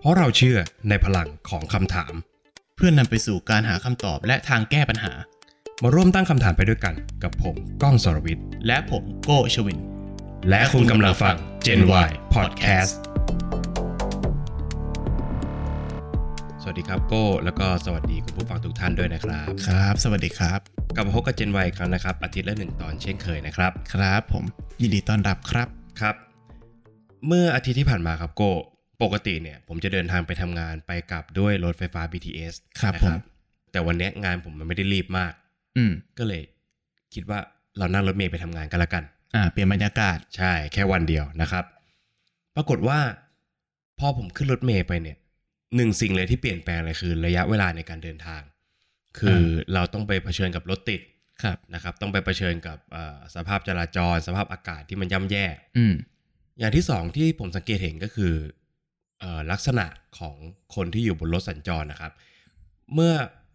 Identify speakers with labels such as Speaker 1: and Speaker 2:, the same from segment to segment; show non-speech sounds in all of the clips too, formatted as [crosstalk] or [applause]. Speaker 1: เพราะเราเชื่อในพลังของคำถาม
Speaker 2: เพื่อนนำไปสู่การหาคำตอบและทางแก้ปัญหา
Speaker 1: มาร่วมตั้งคำถามไปด้วยกันกับผมก้องสรวิทย์
Speaker 2: และผมโก้ชวิน
Speaker 1: และคุณกำลังฟัง Gen Y Podcast สวัสดีครับโก้แล้วก็สวัสดีคุณผู้ฟังทุกท่านด้วยนะครับ
Speaker 2: ครับ สวัสดีครับ
Speaker 1: กลับมาพบกับ Gen Y อีกครั้งนะครับ อาทิตย์ละหนึ่งตอนเช่นเคยนะครับ
Speaker 2: ครับผม ยินดีต้อนรับครับ
Speaker 1: ครับ เมื่ออาทิตย์ที่ผ่านมาครับโก้ปกติเนี่ยผมจะเดินทางไปทำงานไปกลับด้วยรถไฟฟ้า BTS
Speaker 2: ครับ
Speaker 1: นะ
Speaker 2: ผม
Speaker 1: แต่วันเนี้ยงานผมมันไม่ได้รีบมาก
Speaker 2: อืม
Speaker 1: ก็เลยคิดว่าเรานั่งรถเมล์ไปทำงานกันละกัน
Speaker 2: อ่า เปลี่ยนบรรยากาศ
Speaker 1: ใช่แค่วันเดียวนะครับ ปรากฏว่า พอผมขึ้นรถเมล์ไปเนี่ยหนึ่งสิ่งเลยที่เปลี่ยนแปลงเลยคือระยะเวลาในการเดินทาง คืออเราต้องไปเผชิญกับรถติด
Speaker 2: ครับ
Speaker 1: นะครับ ต้องไปเผชิญกับเอ่อสภาพจราจร สภาพอากาศที่มันย่ำแย่
Speaker 2: อืม
Speaker 1: อย่างที่สองที่ผมสังเกตเห็นก็คือเออลักษณะของคนที่อยู่บนรถสัญจรนะครับ เมื่อ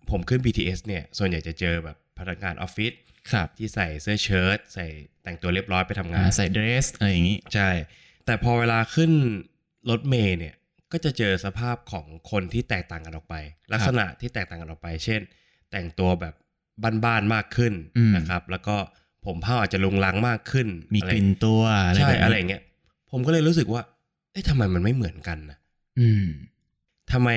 Speaker 1: ผมขึ้น BTS เนี่ย ส่วนใหญ่จะเจอแบบพนักงานออฟฟิศ
Speaker 2: ครับ
Speaker 1: ที่ใส่เสื้อเชิ้ตใส่แต่งตัวเรียบร้อยไปทำงา
Speaker 2: อ่าน ใส่เดรสอะไรอย่างนี้
Speaker 1: ใช่ แต่พอเวลาขึ้นรถเมย์เนี่ย ก็จะเจอสภาพของคนที่แตกต่างกันออกไป ลักษณะที่แตกต่างกันออกไป เช่น แต่งตัวแบบบ้านๆมากขึ้น
Speaker 2: อืม
Speaker 1: นะครับ แล้วก็ผมเผ้าอาจจะลุงลังมากขึ้น
Speaker 2: มี
Speaker 1: อะ
Speaker 2: ก
Speaker 1: ไร
Speaker 2: ลิ่นตัวอะไร
Speaker 1: ใช่
Speaker 2: แบบนี้
Speaker 1: อะไรอย่างเงี้ยผมก็เลยรู้สึกว่า เอ๊ะทำไมมันไม่เหมือนกันนะ
Speaker 2: อืม
Speaker 1: ทำไม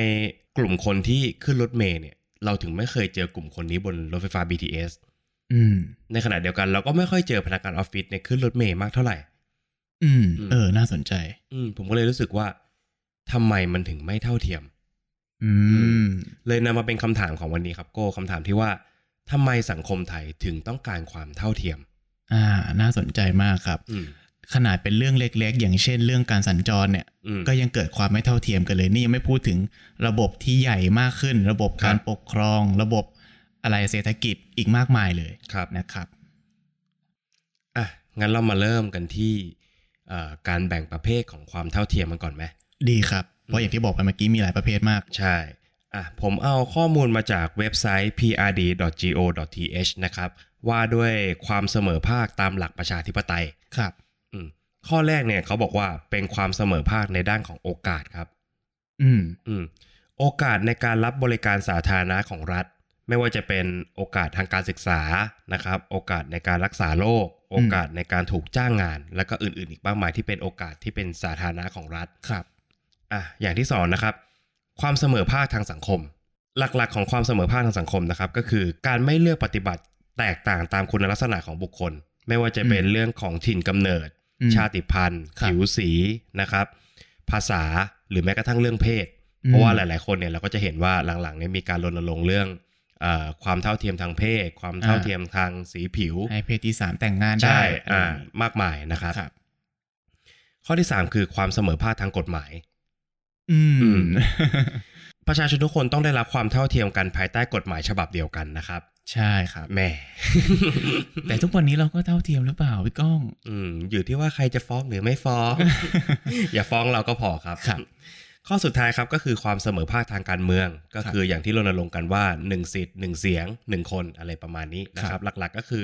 Speaker 1: กลุ่มคนที่ขึ้นรถเมล์เนี่ย เราถึงไม่เคยเจอกลุ่มคนนี้บนรถไฟฟ้า BTS
Speaker 2: อืม
Speaker 1: ในขณะเดียวกันเราก็ไม่ค่อยเจอพนักงานออฟฟิศในยขึ้นรถเมล์มากเท่าไหร่
Speaker 2: อืม
Speaker 1: อืม
Speaker 2: เออ น่าสนใจ
Speaker 1: อืมผมก็เลยรู้สึกว่าทำไมมันถึงไม่เท่าเทียม
Speaker 2: อืม
Speaker 1: เลยนำมาเป็นคำถามของวันนี้ครับโก้คำถามที่ว่าทำไมสังคมไทยถึงต้องการความเท่าเทียม
Speaker 2: อ่า น่าสนใจมากครับ
Speaker 1: อืม
Speaker 2: ขนาดเป็นเรื่องเล็ก ๆ อย่างเช่น เรื่องการสัญจรเนี่ย
Speaker 1: อืม
Speaker 2: ก็ยังเกิดความไม่เท่าเทียมกันเลย นี่ยังไม่พูดถึงระบบที่ใหญ่มากขึ้น ระบบ
Speaker 1: ครับ
Speaker 2: การปกครอง ระบบอะไรเศรษฐกิจอีกมากมายเลย
Speaker 1: ครับ
Speaker 2: นะครับ
Speaker 1: อ่ะ งั้นเรามาเริ่มกันที่เอ่อการแบ่งประเภทของความเท่าเทียมมันก่อนไหม
Speaker 2: ดีครับ เพราะอย่างที่บอกไปเมื่อกี้มีหลายประเภทมาก
Speaker 1: ใช่ อ่ะ ผมเอาข้อมูลมาจากเว็บไซต์ prd.go.th นะครับ ว่าด้วยความเสมอภาคตามหลักประชาธิปไตย
Speaker 2: ครับ
Speaker 1: อืมข้อแรกเนี่ยเขาบอกว่าเป็นความเสมอภาคในด้านของโอกาสครับ
Speaker 2: อืม
Speaker 1: อืมโอกาสในการรับบริการสาธารณะของรัฐ ไม่ว่าจะเป็นโอกาสทางการศึกษานะครับ โอกาสในการรักษาโรคโอกาสในการถูกจ้างงาน แล้วก็อื่นๆ อีกมากมายที่เป็นโอกาสที่เป็นสาธารณะของรัฐ
Speaker 2: ครับ
Speaker 1: อ่ะอย่างที่สองนะครับ ความเสมอภาคทางสังคม หลักๆ ของความเสมอภาคทางสังคมนะครับ ก็คือการไม่เลือกปฏิบัติแตกต่างตามคุณลักษณะของบุคคล ไม่ว่าจะเป็นเรื่องของถิ่นกำเนิด
Speaker 2: อืม
Speaker 1: ชาติพันธุ์
Speaker 2: ครับ
Speaker 1: ผิวสีนะครับ ภาษาหรือแม้กระทั่งเรื่องเพศ
Speaker 2: อืม
Speaker 1: เพราะว่าหลาย ๆ คนเนี่ยเราก็จะเห็นว่าหลังๆเนี่ยมีการรณรงค์เรื่องเออความเท่าเทียมทางเพศ ความเท่าเทียมทางสีผิว
Speaker 2: ให้เพศที่สามแต่งงานได้
Speaker 1: ใช่
Speaker 2: อะไร
Speaker 1: อ่า
Speaker 2: อย่างนี้
Speaker 1: มากมายนะครับ
Speaker 2: ครับ
Speaker 1: ข้อที่สามคือความเสมอภาคทางกฎหมาย
Speaker 2: อื
Speaker 1: อื
Speaker 2: ม [laughs]
Speaker 1: ม ประชาชนทุกคนต้องได้รับความเท่าเทียมกันภายใต้กฎหมายฉบับเดียวกันนะครับ
Speaker 2: ใช่ครับ
Speaker 1: แหม่
Speaker 2: แต่ทุกวันนี้เราก็เท่าเทียมหรือเปล่าพี่ก้อง
Speaker 1: อืมอยู่ที่ว่าใครจะฟ้องหรือไม่ฟ้อง
Speaker 2: [laughs]
Speaker 1: อย่าฟ้องเราก็พอครับ
Speaker 2: ครับ
Speaker 1: ข้อสุดท้ายครับก็คือความเสมอภาคทางการเมือง ก็
Speaker 2: ครับ
Speaker 1: คืออย่างที่รณรงค์กันว่า1สิทธิ์1เสียง 1 คนอะไรประมาณนี้นะค
Speaker 2: ครั
Speaker 1: รับ
Speaker 2: บ
Speaker 1: หลักๆ ก็คือ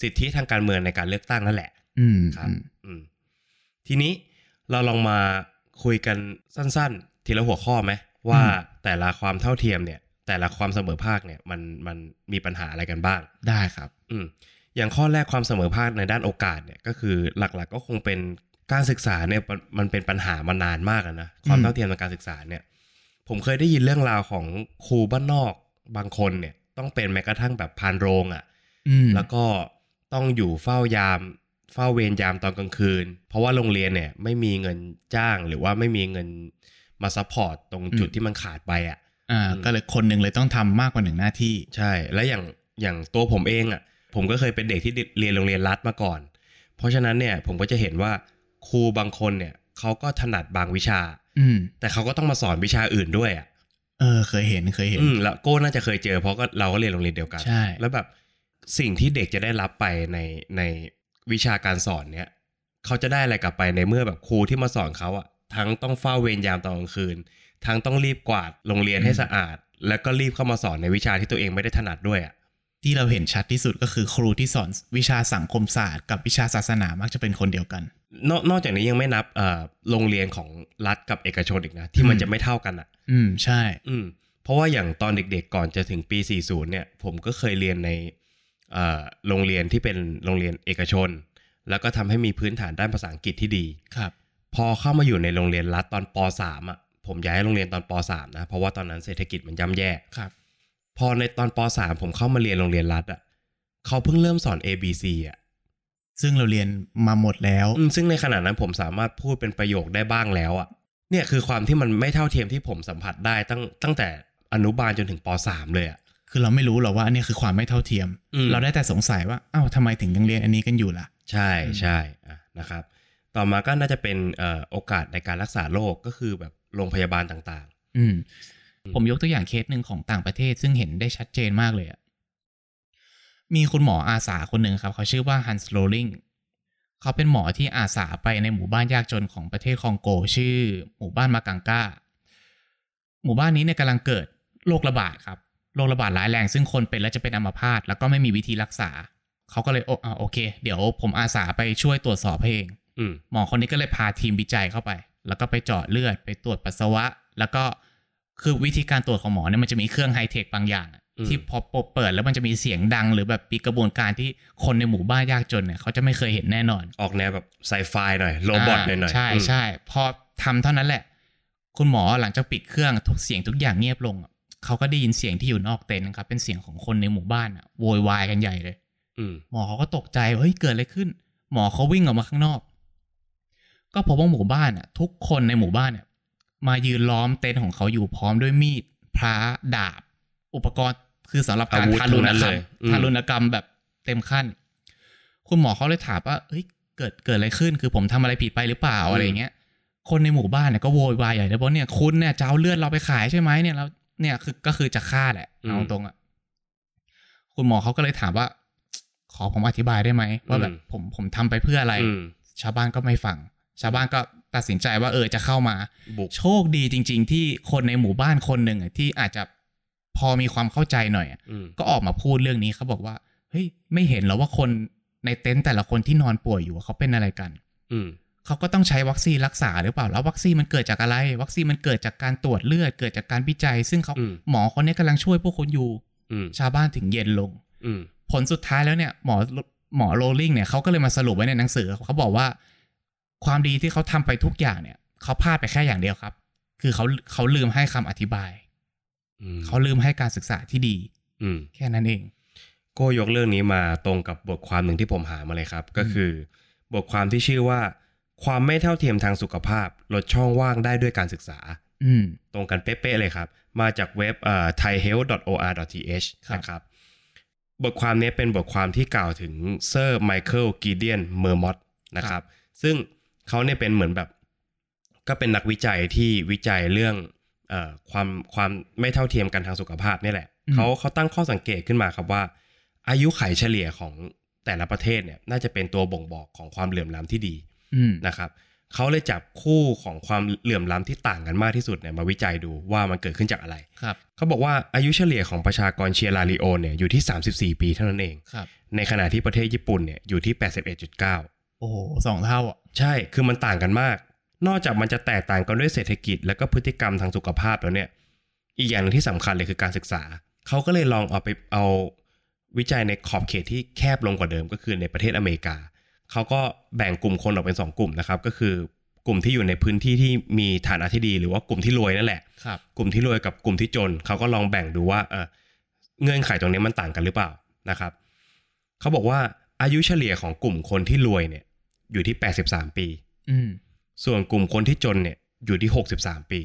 Speaker 1: สิทธิทางการเมืองในการเลือกตั้งนั่นแหละ
Speaker 2: อืม
Speaker 1: ครับ อืมทีนี้เราลองมาคุยกันสั้นๆ ทีละหัวข้อไหมว่าแต่ละความเท่าเทียมเนี่ย แต่ละความเสมอภาคเนี่ยมันมันมีปัญหาอะไรกันบ้าง
Speaker 2: ได้ครับ
Speaker 1: อืมอย่างข้อแรกความเสมอภาคในด้านโอกาสเนี่ยก็คือหลักๆก็คงเป็นการศึกษาเนี่ยมันมันเป็นปัญหามานานมากแล้วนะความ
Speaker 2: อืม
Speaker 1: เท่าเทียมทางการศึกษาเนี่ยผมเคยได้ยินเรื่องราวของครูบ้านนอกบางคนเนี่ยต้องเป็นแม้กระทั่งแบบพานโรงอ่ะ
Speaker 2: อืม
Speaker 1: แล้วก็ต้องอยู่เฝ้ายาม เฝ้าเวรยามตอนกลางคืน เพราะว่าโรงเรียนเนี่ยไม่มีเงินจ้างหรือว่าไม่มีเงินมาซัพพอร์ตตรงจุด
Speaker 2: อืม
Speaker 1: ที่มันขาดไปอ่ะ
Speaker 2: อ่า ก็เลยคนหนึ่งเลยต้องทำมากกว่าหนึ่งหน้าที่
Speaker 1: ใช่ และอย่างอย่างตัวผมเองอ่ะ ผมก็เคยเป็นเด็กที่เรียนโรงเรียนรัฐมาก่อน เพราะฉะนั้นเนี่ยผมก็จะเห็นว่าครูบางคนเนี่ยเขาก็ถนัดบางวิชา
Speaker 2: อืม
Speaker 1: แต่เขาก็ต้องมาสอนวิชาอื่นด้วยอ่ะ
Speaker 2: เออ เคยเห็นเคยเห็น
Speaker 1: อืมแล้วโก้น่าจะเคยเจอเพราะก็เราก็เรียนโรงเรียนเดียวกัน
Speaker 2: ใช่
Speaker 1: แล้วแบบสิ่งที่เด็กจะได้รับไปในในวิชาการสอนเนี่ยเขาจะได้อะไรกลับไปในเมื่อแบบครูที่มาสอนเขาอะทั้งต้องเฝ้าเวรยามตอนกลางคืน ทั้งต้องรีบกวาดโรงเรียนให้สะอาด แล้วก็รีบเข้ามาสอนในวิชาที่ตัวเองไม่ได้ถนัดด้วยอะ
Speaker 2: ที่เราเห็นชัดที่สุดก็คือครูที่สอนวิชาสังคมศาสตร์กับวิชาศาสนามักจะเป็นคนเดียวกัน
Speaker 1: นอกนอกจากนี้ยังไม่นับเอ่อโรงเรียนของรัฐกับเอกชนอีกนะ ที่มันจะไม่เท่ากันอ่ะ
Speaker 2: อืมใช่
Speaker 1: อืมเพราะว่าอย่างตอนเด็กๆก่อนจะถึงปี 40 เนี่ย ผมก็เคยเรียนในเอ่อโรงเรียนที่เป็นโรงเรียนเอกชน แล้วก็ทำให้มีพื้นฐานด้านภาษาอังกฤษที่ดี
Speaker 2: ครับ
Speaker 1: พอเข้ามาอยู่ในโรงเรียนรัฐตอนป .3 อ่ะผมย้ายโรงเรียนตอนป .3 นะเพราะว่าตอนนั้นเศรษฐกิจมันย่ำแย่
Speaker 2: ครับ
Speaker 1: พอในตอนป .3 ผมเข้ามาเรียนโรงเรียนรัฐอ่ะเขาเพิ่งเริ่มสอน A B C อ่ะ
Speaker 2: ซึ่งเราเรียนมาหมดแล้ว
Speaker 1: อืมซึ่งในขณะนั้นผมสามารถพูดเป็นประโยคได้บ้างแล้วอ่ะเนี่ยคือความที่มันไม่เท่าเทียมที่ผมสัมผัสได้ตั้งตั้งแต่อนุบาลจนถึงป .3 เลยอ่ะ
Speaker 2: คือเราไม่รู้หรอกว่าอันนี้คือความไม่เท่าเทียม
Speaker 1: อืม
Speaker 2: เราได้แต่สงสัยว่าอ้าวทำไมถึงยังเรียนอันนี้กันอยู่ล่ะ
Speaker 1: ใช่
Speaker 2: อืม
Speaker 1: ใช่อ่ะนะครับ ต่อมาก็น่าจะเป็นเอ่อโอกาสในการรักษาโรคก็คือแบบโรงพยาบาลต่าง
Speaker 2: อืม ผมยกตัวอย่างเคสหนึ่งของต่างประเทศซึ่งเห็นได้ชัดเจนมากเลยอะมีคุณหมออาสาคนหนึ่งครับ เขาชื่อว่าฮันส์โรลิงเขาเป็นหมอที่อาสาไปในหมู่บ้านยากจนของประเทศคองโก ชื่อ หมู่บ้านมากังกาหมู่บ้านนี้เนี่ยกำลังเกิดโรคระบาดครับโรคระบาดร้ายแรง ซึ่งคนเป็นแล้วจะเป็นอัมพาตแล้วก็ไม่มีวิธีรักษา เขาก็เลยโออ่ะโอเค เดี๋ยวผมอาสาไปช่วยตรวจสอบให้เอง
Speaker 1: ๆ อืม
Speaker 2: หมอคนนี้ก็เลยพาทีมวิจัยเข้าไป แล้วก็ไปเจาะเลือดไปตรวจปัสสาวะ แล้วก็คือวิธีการตรวจของหมอเนี่ยมันจะมีเครื่องไฮเทคบางอย่างอะ
Speaker 1: อืม
Speaker 2: ที่พอเปิดแล้วมันจะมีเสียงดัง หรือแบบปีกระบวนการที่คนในหมู่บ้านยากจนเนี่ยเขาจะไม่เคยเห็นแน่นอน
Speaker 1: ออกแนวแบบไซไฟหน่อยโรบอทหน่อยๆ
Speaker 2: ใช่
Speaker 1: อืม
Speaker 2: ใช่พอทำเท่านั้นแหละ คุณหมอหลังจากปิดเครื่องทุกเสียงทุกอย่างเงียบลงอะเขาก็ได้ยินเสียงที่อยู่นอกเต็นท์นะครับเป็นเสียงของคนในหมู่บ้านอะโวยวายกันใหญ่เลย
Speaker 1: อืม
Speaker 2: หมอเขาก็ตกใจว่าเฮ้ยเกิดอะไรขึ้น หมอเขาวิ่งออกมาข้างนอก ก็พบว่าหมู่บ้านอ่ะ ทุกคนในหมู่บ้านเนี่ยมายืนล้อมเต็นท์ของเขาอยู่พร้อมด้วยมีดพระดาบ อุปกรณ์คือสำหรับ
Speaker 1: อา
Speaker 2: การ
Speaker 1: วุธ
Speaker 2: ทา
Speaker 1: ตร
Speaker 2: รุ
Speaker 1: ง
Speaker 2: ณ
Speaker 1: นั้น
Speaker 2: กร
Speaker 1: เล
Speaker 2: รม
Speaker 1: ยอืม
Speaker 2: ทารุณกรรมแบบเต็มขั้น คุณหมอเขาเลยถามว่าเฮ้ยเกิดเกิดอะไรขึ้น คือผมทำอะไรผิดไปหรือเปล่าอะไรอย่างเงี้ย คนในหมู่บ้านเนี่ยก็โวยวายใหญ่เลยว่าเนี่ยคุณเนี่ยจะเอาเลือดเราไปขายใช่ไหมเนี่ยเราเนี่ยคือก็คือจะฆ่าแหละเอาตรงๆอ่ะ คุณหมอเขาก็เลยถามว่า ขอผมอธิบายได้ไหมว่าแบบ
Speaker 1: อืม
Speaker 2: ผมผมทำไปเพื่ออะไร
Speaker 1: อืม
Speaker 2: ชาวบ้านก็ไม่ฟัง ชาวบ้านก็ตัดสินใจว่าเออจะเข้ามา
Speaker 1: บุก
Speaker 2: โชคดีจริง ๆ ที่คนในหมู่บ้านคนหนึ่งอะที่อาจจะพอมีความเข้าใจหน่อยอะ
Speaker 1: อืม
Speaker 2: ก็ออกมาพูดเรื่องนี้เขาบอกว่าเฮ้ยไม่เห็นเหรอว่าคนในเต็นท์แต่ละคนที่นอนป่วยอยู่อะเขาเป็นอะไรกัน
Speaker 1: อืม
Speaker 2: เขาก็ต้องใช้วัคซีนรักษาหรือเปล่า แล้ววัคซีนมันเกิดจากอะไร วัคซีนมันเกิดจากการตรวจเลือด เกิดจากการวิจัย ซึ่งเขา
Speaker 1: อืม
Speaker 2: หมอคนนี้กำลังช่วยพวกคนอยู่
Speaker 1: อืม
Speaker 2: ชาวบ้านถึงเย็นลง
Speaker 1: อืม
Speaker 2: ผลสุดท้ายแล้วเนี่ยหมอหมอโรลลิงเนี่ยเขาก็เลยมาสรุปไว้ในหนังสือ เขาบอกว่า ความดีที่เขาทำไปทุกอย่างเนี่ยเขาพลาดไปแค่อย่างเดียวครับ คือเขาเขาลืมให้คำอธิบาย
Speaker 1: อืม
Speaker 2: เขาลืมให้การศึกษาที่ดี
Speaker 1: อืม
Speaker 2: แค่นั้นเอง
Speaker 1: โก็ยกเรื่องนี้มาตรงกับบทความหนึ่งที่ผมหามาเลยครับ ก็คือ บทความที่ชื่อว่า ความไม่เท่าเทียมทางสุขภาพ ลดช่องว่างได้ด้วยการศึกษา
Speaker 2: อืม
Speaker 1: ตรงกันเป๊ะๆเลยครับ มาจากเว็บเอ่อ thaihealth.or.th
Speaker 2: ครับ
Speaker 1: นะครับ บทความนี้เป็นบทความที่กล่าวถึงเซอร์ไมเคิลกีเดียนเมอร์มอตนะครับ ซึ่งเขาเนี่ยเป็นเหมือนแบบ ก็เป็นนักวิจัยที่วิจัยเรื่องเอ่อความความไม่เท่าเทียมกันทางสุขภาพเนี่ยแหละ
Speaker 2: อืม
Speaker 1: เขาเขาตั้งข้อสังเกตขึ้นมาครับว่า อายุไขเฉลี่ยของแต่ละประเทศเนี่ยน่าจะเป็นตัวบ่งบอกของความเหลื่อมล้ำที่ดี
Speaker 2: อืม
Speaker 1: นะครับเขาเลยจับคู่ของความเหลื่อมล้ำที่ต่างกันมากที่สุดเนี่ยมาวิจัยดูว่ามันเกิดขึ้นจากอะไร
Speaker 2: ครับ
Speaker 1: เขาบอกว่าอายุเฉลี่ยของประชากรเชียราลิโอนเนี่ยอยู่ที่ 34 ปีเท่านั้นเอง
Speaker 2: ครับ
Speaker 1: ในขณะที่ประเทศญี่ปุ่นเนี่ยอยู่ที่ 81.9
Speaker 2: โอ้โหสองเท่าอ่ะ
Speaker 1: ใช่ คือมันต่างกันมาก นอกจากมันจะแตกต่างกันด้วยเศรษฐกิจ และก็พฤติกรรมทางสุขภาพแล้วเนี่ย อีกอย่างหนึ่งที่สำคัญเลยคือการศึกษา เขาก็เลยลองเอาไปเอาวิจัยในขอบเขตที่แคบลงกว่าเดิมก็คือในประเทศอเมริกา เขาก็แบ่งกลุ่มคนออกเป็นสองกลุ่มนะครับ ก็คือกลุ่มที่อยู่ในพื้นที่ที่มีฐานะที่ดี หรือว่ากลุ่มที่รวยนั่นแหละ
Speaker 2: ครับ
Speaker 1: กลุ่มที่รวยกับกลุ่มที่จน เขาก็ลองแบ่งดูว่าเออเงื่อนไขตรงนี้มันต่างกันหรือเปล่านะครับ เขาบอกว่าอายุเฉลี่ยของกลุ่มคนที่รวยเนี่ยอยู่ที่ 83 ปี
Speaker 2: อืม
Speaker 1: ส่วนกลุ่มคนที่จนเนี่ยอยู่ที่ 63 ปี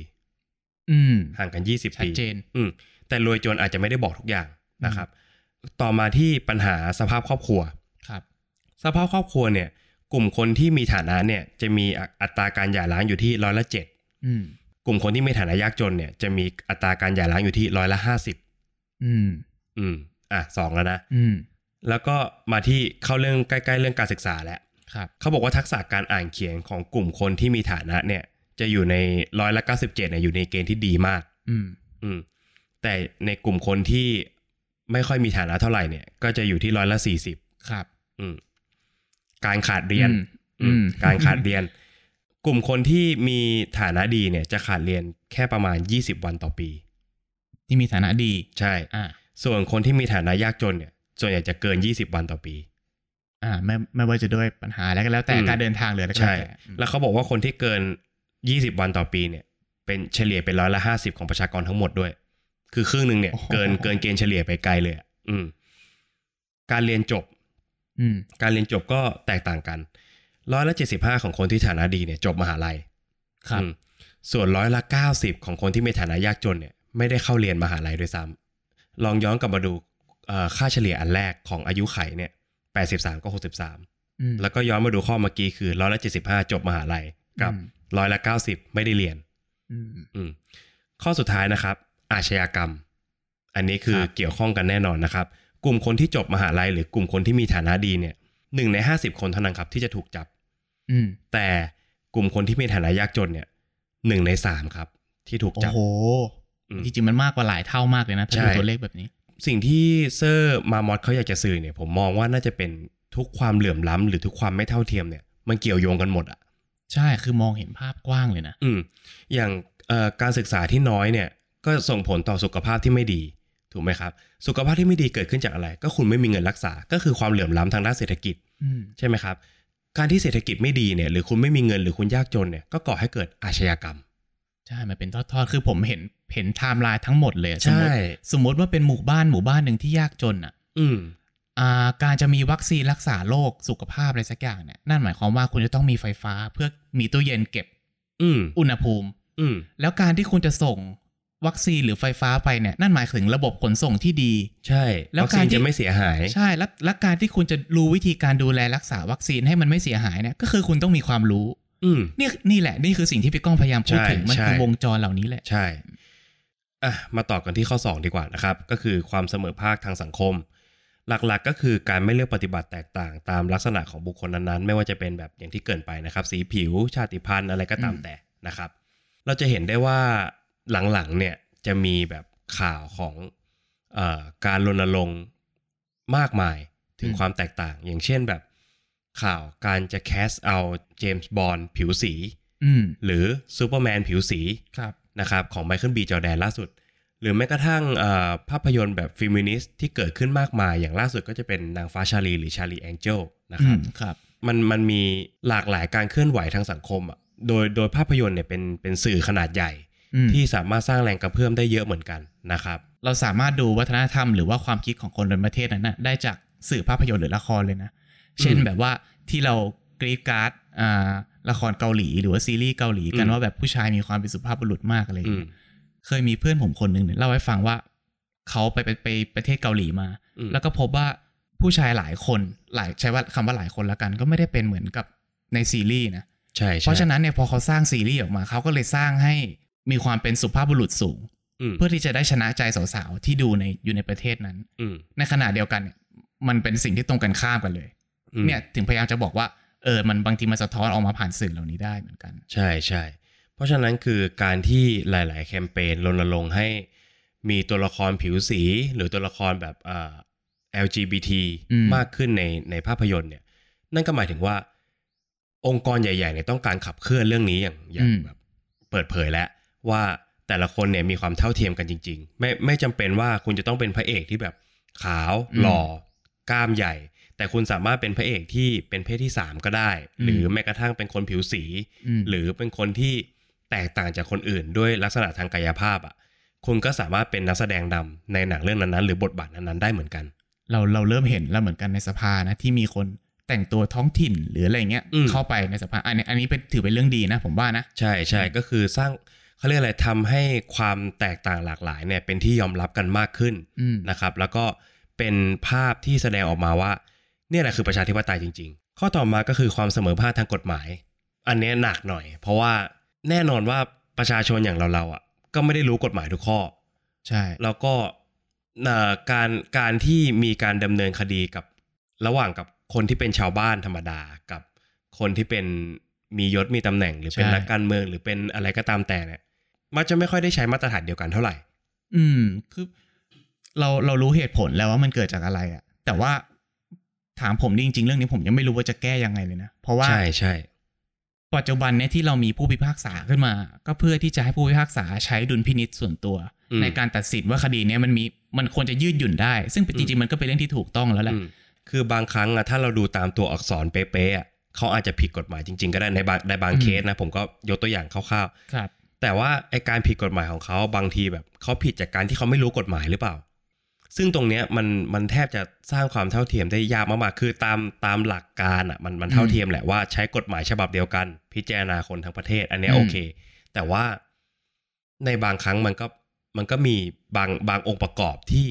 Speaker 2: อืม
Speaker 1: ห่างกัน 20
Speaker 2: ชัด
Speaker 1: ปี
Speaker 2: เจน
Speaker 1: อืมแต่รวยจนอาจจะไม่ได้บอกทุกอย่างนะครับ ต่อมาที่ปัญหาสภาพครอบครัว
Speaker 2: ครับ
Speaker 1: สภาพครอบครัวเนี่ย กลุ่มคนที่มีฐานะเนี่ยจะมีอัตราการหย่าร้างอยู่ที่ร้อยละเจ็ด
Speaker 2: อืม
Speaker 1: กลุ่มคนที่มีฐานะยากจนเนี่ยจะมีอัตราการหย่าร้างอยู่ที่ร้อยละห้าสิบ
Speaker 2: อืม
Speaker 1: อืม อ่ะสองแล้วนะ
Speaker 2: อืม
Speaker 1: แล้วก็มาที่เข้าเรื่องใกล้ๆเรื่องการศึกษาแล้ว
Speaker 2: ครับ
Speaker 1: เขาบอกว่าทักษะการอ่านเขียนของกลุ่มคนที่มีฐานะเนี่ย จะอยู่ในร้อยละเก้าสิบเจ็ดเนี่ยอยู่ในเกณฑ์ที่ดีมาก
Speaker 2: อืม
Speaker 1: อืม แต่ในกลุ่มคนที่ไม่ค่อยมีฐานะเท่าไหร่เนี่ย ก็จะอยู่ที่ร้อยละสี่สิบ
Speaker 2: ครับ
Speaker 1: อืม การขาดเรียน
Speaker 2: อืม
Speaker 1: อืมการขาดเรียน กลุ่มคนที่มีฐานะดีเนี่ยจะขาดเรียนแค่ประมาณ 20 วันต่อปี
Speaker 2: ที่มีฐานะดี
Speaker 1: ใช่
Speaker 2: อ่า
Speaker 1: ส่วนคนที่มีฐานะยากจนเนี่ย ส่วนใหญ่จะเกิน 20 วันต่อปี
Speaker 2: อ่าไม่ไม่ว่าจะด้วยปัญหาอะไรก็แล้วแต่
Speaker 1: อืม
Speaker 2: การเดินทางหรืออะไรก็
Speaker 1: ใช่
Speaker 2: แล้วแต่อืม
Speaker 1: แล้วเขาบอกว่าคนที่เกิน 20 วันต่อปีเนี่ย เป็นเฉลี่ยเป็นร้อยละห้าสิบของประชากรทั้งหมดด้วย คือครึ่งหนึ่งเนี่ยเกินเกินเกณฑ์เฉลี่ยไปไกลเลยอะอืม การเรียนจบ
Speaker 2: อืม
Speaker 1: การเรียนจบก็แตกต่างกันร้อยละเจ็ดสิบห้าของคนที่ฐานะดีเนี่ย จบมหาลัย
Speaker 2: ครับ
Speaker 1: อืมส่วนร้อยละเก้าสิบของคนที่มีฐานะยากจนเนี่ย ไม่ได้เข้าเรียนมหาลัยด้วยซ้ำลองย้อนกลับมาดูเอ่อค่าเฉลี่ยอันแรกของอายุไขเนี่ยแปดสิบสามก็หกสิบสาม
Speaker 2: อืม
Speaker 1: แล้วก็ย้อนมาดูข้อเมื่อกี้คือร้อยละเจ็ดสิบห้าจบมหาลัยกับร้อยละเก้าสิบไม่ได้เรียน
Speaker 2: อืม
Speaker 1: อืมข้อสุดท้ายนะครับ อาชญากรรม อันนี้คือ
Speaker 2: ครับ
Speaker 1: เกี่ยวข้องกันแน่นอนนะครับ กลุ่มคนที่จบมหาลัยหรือกลุ่มคนที่มีฐานะดีเนี่ยหนึ่งในห้าสิบคนเท่านั้นครับที่จะถูกจับ
Speaker 2: อืม
Speaker 1: แต่กลุ่มคนที่มีฐานะยากจนเนี่ยหนึ่งในสามครับ ที่ถูก
Speaker 2: โอ้
Speaker 1: จับ
Speaker 2: โห
Speaker 1: อืม
Speaker 2: จริงๆมันมากกว่าหลายเท่ามากเลยนะถ้า
Speaker 1: ใช่
Speaker 2: ดูตัวเลขแบบนี้
Speaker 1: สิ่งที่เซอร์มามอสเขาอยากจะสื่อเนี่ย ผมมองว่าน่าจะเป็นทุกความเหลื่อมล้ำหรือทุกความไม่เท่าเทียมเนี่ยมันเกี่ยวโยงกันหมดอ่ะ
Speaker 2: ใช่คือมองเห็นภาพกว้างเลยนะ
Speaker 1: อืมอย่างเอ่อการศึกษาที่น้อยเนี่ย ก็ส่งผลต่อสุขภาพที่ไม่ดี ถูกไหมครับ สุขภาพที่ไม่ดีเกิดขึ้นจากอะไร ก็คุณไม่มีเงินรักษา ก็คือความเหลื่อมล้ำทางด้านเศรษฐกิจ
Speaker 2: อืม
Speaker 1: ใช่ไหมครับ การที่เศรษฐกิจไม่ดีเนี่ย หรือคุณไม่มีเงินหรือคุณยากจนเนี่ยก็ก่อให้เกิดอาชญากรรม
Speaker 2: ใช่ มันเป็นทอดๆ คือผมเห็นเห็นไทม์ไลน์ทั้งหมดเลยอะสมม
Speaker 1: ใช่
Speaker 2: ติสมมติว่าเป็นหมู่บ้านหมู่บ้านหนึ่งที่ยากจนอ่ะ
Speaker 1: อืม
Speaker 2: อ่าการจะมีวัคซีนรักษาโรคสุขภาพอะไรสักอย่างเนี่ย นั่นหมายความว่าคุณจะต้องมีไฟฟ้าเพื่อมีตู้เย็นเก็บ
Speaker 1: อืม
Speaker 2: อุณหภูมิ
Speaker 1: อืม
Speaker 2: แล้วการที่คุณจะส่งวัคซีนหรือไฟฟ้าไปเนี่ย นั่นหมายถึงระบบขนส่งที่ดี
Speaker 1: ใช่
Speaker 2: แล้ว
Speaker 1: วัคซีน
Speaker 2: การที่
Speaker 1: จะไม่เสียหาย
Speaker 2: ใช่แล้วและการที่คุณจะรู้วิธีการดูแลรักษาวัคซีนให้มันไม่เสียหายเนี่ย ก็คือคุณต้องมีความรู้
Speaker 1: อืม
Speaker 2: เนี่ยนี่แหละนี่คือสิ่งที่พี่ก้องพยายามพูด
Speaker 1: ใช่
Speaker 2: ถึงมันคือ
Speaker 1: ใช่
Speaker 2: วงจรเหล่านี้แหละ
Speaker 1: ใช่ อ่ะ มาต่อกันที่ข้อ 2 ดีกว่านะครับ ก็คือความเสมอภาคทางสังคม หลักๆก็คือการไม่เลือกปฏิบัติแตกต่าง ตามลักษณะของบุคคลนั้นๆ ไม่ว่าจะเป็นแบบอย่างที่เกรินไปนะครับ สีผิว ชาติพันธุ์อะไรก็ตาม
Speaker 2: อืม
Speaker 1: แต่นะครับ เราจะเห็นได้ว่าหลังๆเนี่ยจะมีแบบข่าวของเออการรณรงค์มากมายถึงความแตกต่าง อย่างเช่นแบบข่าวการจะแคสเอาเจมส์บอนด์ผิวสี
Speaker 2: อืม
Speaker 1: หรือซูเปอร์แมนผิวสี
Speaker 2: ครับ
Speaker 1: นะครับของไมเคิลบีจอแดนล่าสุด หรือแม้กระทั่งเอ่อภาพยนตร์แบบฟิมินิสต์ที่เกิดขึ้นมากมาย อย่างล่าสุดก็จะเป็นนางฟ้าชาลีหรือชาลีแองเจลนะค
Speaker 2: อื
Speaker 1: รับ
Speaker 2: มครับ
Speaker 1: มันมันมีหลากหลายการเคลื่อนไหวทางสังคมอ่ะโดยโดยภาพยนตร์เนี่ยเป็นเป็นสื่อขนาดใหญ่
Speaker 2: อืม
Speaker 1: ที่สามารถสร้างแรงกระเพื่อมได้เยอะเหมือนกันนะครับ
Speaker 2: เราสามารถดูวัฒนธรรมหรือว่าความคิดของคนในประเทศนั้นนะได้จากสื่อภาพยนตร์หรือละครเลยนะ เช่น
Speaker 1: อืม
Speaker 2: แบบว่าที่เรากรีดกราร์ดอ่าละครเกาหลีหรือว่าซีรีส์เกาหลีกั
Speaker 1: อื
Speaker 2: น
Speaker 1: ม
Speaker 2: ว่าแบบผู้ชายมีความเป็นสุภาพบุรุษมากอะไรอย่าง
Speaker 1: อื
Speaker 2: เงี้ย
Speaker 1: ม
Speaker 2: เคยมีเพื่อนผมคนหนึ่งเนี่ยเล่าให้ฟังว่าเขาไปไปไปประเทศเกาหลีมา
Speaker 1: อืม
Speaker 2: แล้วก็พบว่าผู้ชายหลายคนหลายใช้ว่าคำว่าหลายคนละกัน ก็ไม่ได้เป็นเหมือนกับในซีรีส์นะ
Speaker 1: ใช่ใช่
Speaker 2: เพราะฉะนั้นเนี่ยพอเขาสร้างซีรีส์ออกมาเขาก็เลยสร้างให้มีความเป็นสุภาพบุรุษสูง
Speaker 1: อืม
Speaker 2: เพื่อที่จะได้ชนะใจสาวๆที่ดูในอยู่ในประเทศนั้น
Speaker 1: อืม
Speaker 2: ในขณะเดียวกันเนี่ยมันเป็นสิ่งที่ตรงกันข้ามกันเลย
Speaker 1: อืม
Speaker 2: เนี่ยถึงพยายามจะบอกว่าเออมันบางทีมันสะท้อนออกมาผ่านสื่อเหล่านี้ได้เหมือนกัน
Speaker 1: ใช่ใช่ เพราะฉะนั้นคือการที่หลาย ๆ แคมเปญรณรงค์ให้มีตัวละครผิวสี หรือตัวละครแบบเอ่อ LGBT
Speaker 2: อืม
Speaker 1: มากขึ้นในในภาพยนตร์เนี่ย นั่นก็หมายถึงว่า องค์กรใหญ่ ๆ เนี่ยต้องการขับเคลื่อนเรื่องนี้อย่างอย่างแบบเปิดเผยแล้วว่าแต่ละคนเนี่ยมีความเท่าเทียมกันจริง ๆ ไม่ไม่จำเป็นว่าคุณจะต้องเป็นพระเอกที่แบบขาวหล่อกล้ามใหญ่ แต่คุณสามารถเป็นพระเอกที่เป็นเพศที่สามก็ได้ หรือแม้กระทั่งเป็นคนผิวสี
Speaker 2: อืม
Speaker 1: หรือเป็นคนที่แตกต่างจากคนอื่นด้วยลักษณะทางกายภาพอ่ะ คุณก็สามารถเป็นนักแสดงนำในหนังเรื่องนั้นๆ หรือบทบาทนั้นๆได้เหมือนกัน
Speaker 2: เราเราเริ่มเห็นแล้วเหมือนกันในสภานะที่มีคนแต่งตัวท้องถิ่นหรืออะไรเงี้ย
Speaker 1: อืม
Speaker 2: เข้าไปในสภาอันนี้อันนี้เป็นถือเป็นเรื่องดีนะ ผมว่านะ
Speaker 1: ใช่ใช่ก็คือสร้างเขาเรียกอะไรทำให้ความแตกต่างหลากหลายเนี่ยเป็นที่ยอมรับกันมากขึ้น
Speaker 2: อืม
Speaker 1: นะครับ แล้วก็เป็นภาพที่แสดงออกมาว่า เนี่ยแหละคือประชาธิปไตยจริง ๆ ข้อต่อมาก็คือความเสมอภาคทางกฎหมาย อันเนี้ยหนักหน่อย เพราะว่าแน่นอนว่าประชาชนอย่างเราๆอ่ะก็ไม่ได้รู้กฎหมายทุกข้อ
Speaker 2: ใช่
Speaker 1: แล้วก็เอ่อการการที่มีการดำเนินคดีกับระหว่างกับคนที่เป็นชาวบ้านธรรมดากับคนที่เป็นมียศมีตำแหน่ง หรือเป็นนักการเมืองหรือเป็นอะไรก็ตามแต่เนี่ยมักจะไม่ค่อยได้ใช้มาตรฐานเดียวกันเท่าไหร่
Speaker 2: อืมคือเราเรารู้เหตุผลแล้วว่ามันเกิดจากอะไรอะแต่ว่า ถามผมนี่จริงๆ เรื่องนี้ผมยังไม่รู้ว่าจะแก้ยังไงเลยนะ เพราะว่า
Speaker 1: ใช่ใช่
Speaker 2: ปัจจุบันเนี่ยที่เรามีผู้พิพากษาขึ้นมา ก็เพื่อที่จะให้ผู้พิพากษาใช้ดุลพินิษส่วนตัว
Speaker 1: อืม
Speaker 2: ในการตัดสินว่าคดีเนี้ยมันมีมันควรจะยืดหยุ่นได้ ซึ่งจริงๆมันก็เป็นเรื่องที่ถูกต้องแล้วแหละ
Speaker 1: อืมคือบางครั้งอะถ้าเราดูตามตัวอักษรเป๊ะๆอะเขาอาจจะผิดกฎหมายจริง ๆ ก็ได้ในบางในบาง
Speaker 2: อืม
Speaker 1: เคสนะ ผมก็ยกตัวอย่างคร่าว
Speaker 2: ครับ
Speaker 1: ๆแต่ว่าไอการผิดกฎหมายของเขาบางทีแบบเขาผิดจากการที่เขาไม่รู้กฎหมายหรือเปล่า ซึ่งตรงเนี้ยมันมันแทบจะสร้างความเท่าเทียมได้ยากมากๆคือตามตามหลักการอะมันมันเท่าเทียมแหละว่าใช้กฎหมายฉบับเดียวกัน พิจารณาคนทั้งประเทศ อันเนี้ยโอเค แต่ว่าในบางครั้งมันก็มันก็มีบางบางองค์ประกอบที่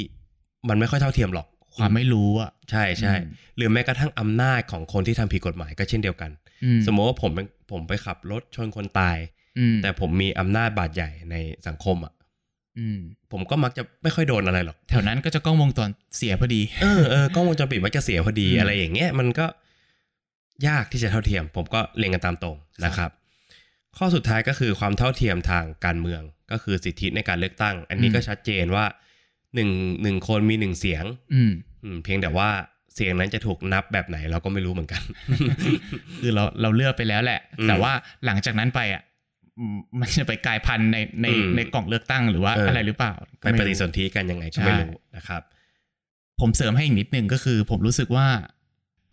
Speaker 1: มันไม่ค่อยเท่าเทียมหรอก
Speaker 2: ความไม่รู้อ่ะ
Speaker 1: ใช่ใช่
Speaker 2: อืม
Speaker 1: หรือแม้กระทั่งอำนาจของคนที่ทำผิดกฎหมายก็เช่นเดียวกัน
Speaker 2: อื
Speaker 1: สมมติว่าผมเป็นผมไปขับรถชนคนตาย
Speaker 2: อืม
Speaker 1: แต่ผมมีอำนาจบาดใหญ่ในสังคมอ่ะ
Speaker 2: อืม
Speaker 1: ผมก็มักจะไม่ค่อยโดนอะไรหรอก
Speaker 2: แถวนั้นก็จะกล้องวงจรเสียพอดี
Speaker 1: เออ [laughs] เออกล้องวงจรปิดมักจะเสียพอดี
Speaker 2: อืม
Speaker 1: อะไรอย่างเงี้ยมันก็ยากที่จะเท่าเทียม ผมก็เรียนกันตามตรงนะครับ ข้อสุดท้ายก็คือความเท่าเทียมทางการเมืองก็คือสิทธิในการเลือกตั้ง อันนี้ก็ชัดเจนว่าหนึ่งหนึ่งคนมีหนึ่งเสียง
Speaker 2: อืม
Speaker 1: อืมเพียงแต่ว่าเสียงนั้นจะถูกนับแบบไหนเราก็ไม่รู้เหมือนกัน
Speaker 2: คือเราเราเลือกไปแล้วแหละ
Speaker 1: อืม
Speaker 2: แต่ว่าหลังจากนั้นไปอ่ะอืมมันจะไปกลายพันธุ์ในใน
Speaker 1: อืม
Speaker 2: ในกล่องเลือกตั้งหรือว่า
Speaker 1: เอออ
Speaker 2: อะไรหรือเปล่า
Speaker 1: ไป
Speaker 2: ก็
Speaker 1: ป
Speaker 2: รู้
Speaker 1: ฏิสนธิกันยังไงก็ไม่
Speaker 2: ใช่
Speaker 1: รู้นะครับ
Speaker 2: ผมเสริมให้อีกนิดนึงก็คือ ผมรู้สึกว่า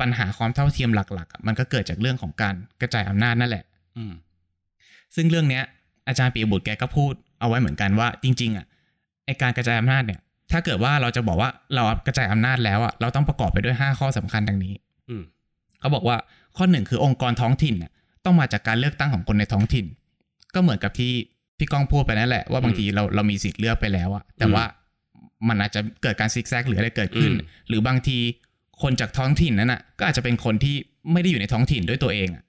Speaker 2: ปัญหาความเท่าเทียมหลักๆอะมันก็เกิดจากเรื่องของการกระจายอำนาจนั่นแหละ
Speaker 1: อืม
Speaker 2: ซึ่งเรื่องเนี้ยอาจารย์ปียบุตรแกก็พูดเอาไว้เหมือนกันว่า จริง ๆอ่ะไอการกระจายอำนาจเนี่ย ถ้าเกิดว่าเราจะบอกว่าเรากระจายอำนาจแล้วอ่ะเราต้องประกอบไปด้วยห้าข้อสำคัญดังนี้
Speaker 1: อืม
Speaker 2: เขาบอกว่าข้อหนึ่งคือองค์กรท้องถิ่นน่ะต้องมาจากการเลือกตั้งของคนในท้องถิ่น ก็เหมือนกับที่พี่ก้องพูดไปนั่นแหละว่าบางทีเราเรามีสิทธิ์เลือกไปแล้วอะแต่
Speaker 1: อืม
Speaker 2: ว่ามันอาจจะเกิดการซิกแซกหรืออะไรเกิดขึ้น
Speaker 1: อืม
Speaker 2: หรือบางทีคนจากท้องถิ่นนั้นน่ะก็อาจจะเป็นคนที่ไม่ได้อยู่ในท้องถิ่นด้วยตัวเองอะ